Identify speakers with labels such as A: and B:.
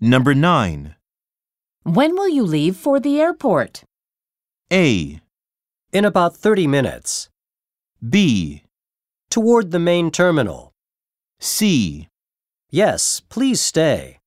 A: Number 9.
B: When will you leave for the airport?
A: A.
C: In about 30 minutes.
A: B.
C: Toward the main terminal.
A: C.
C: Yes, please stay.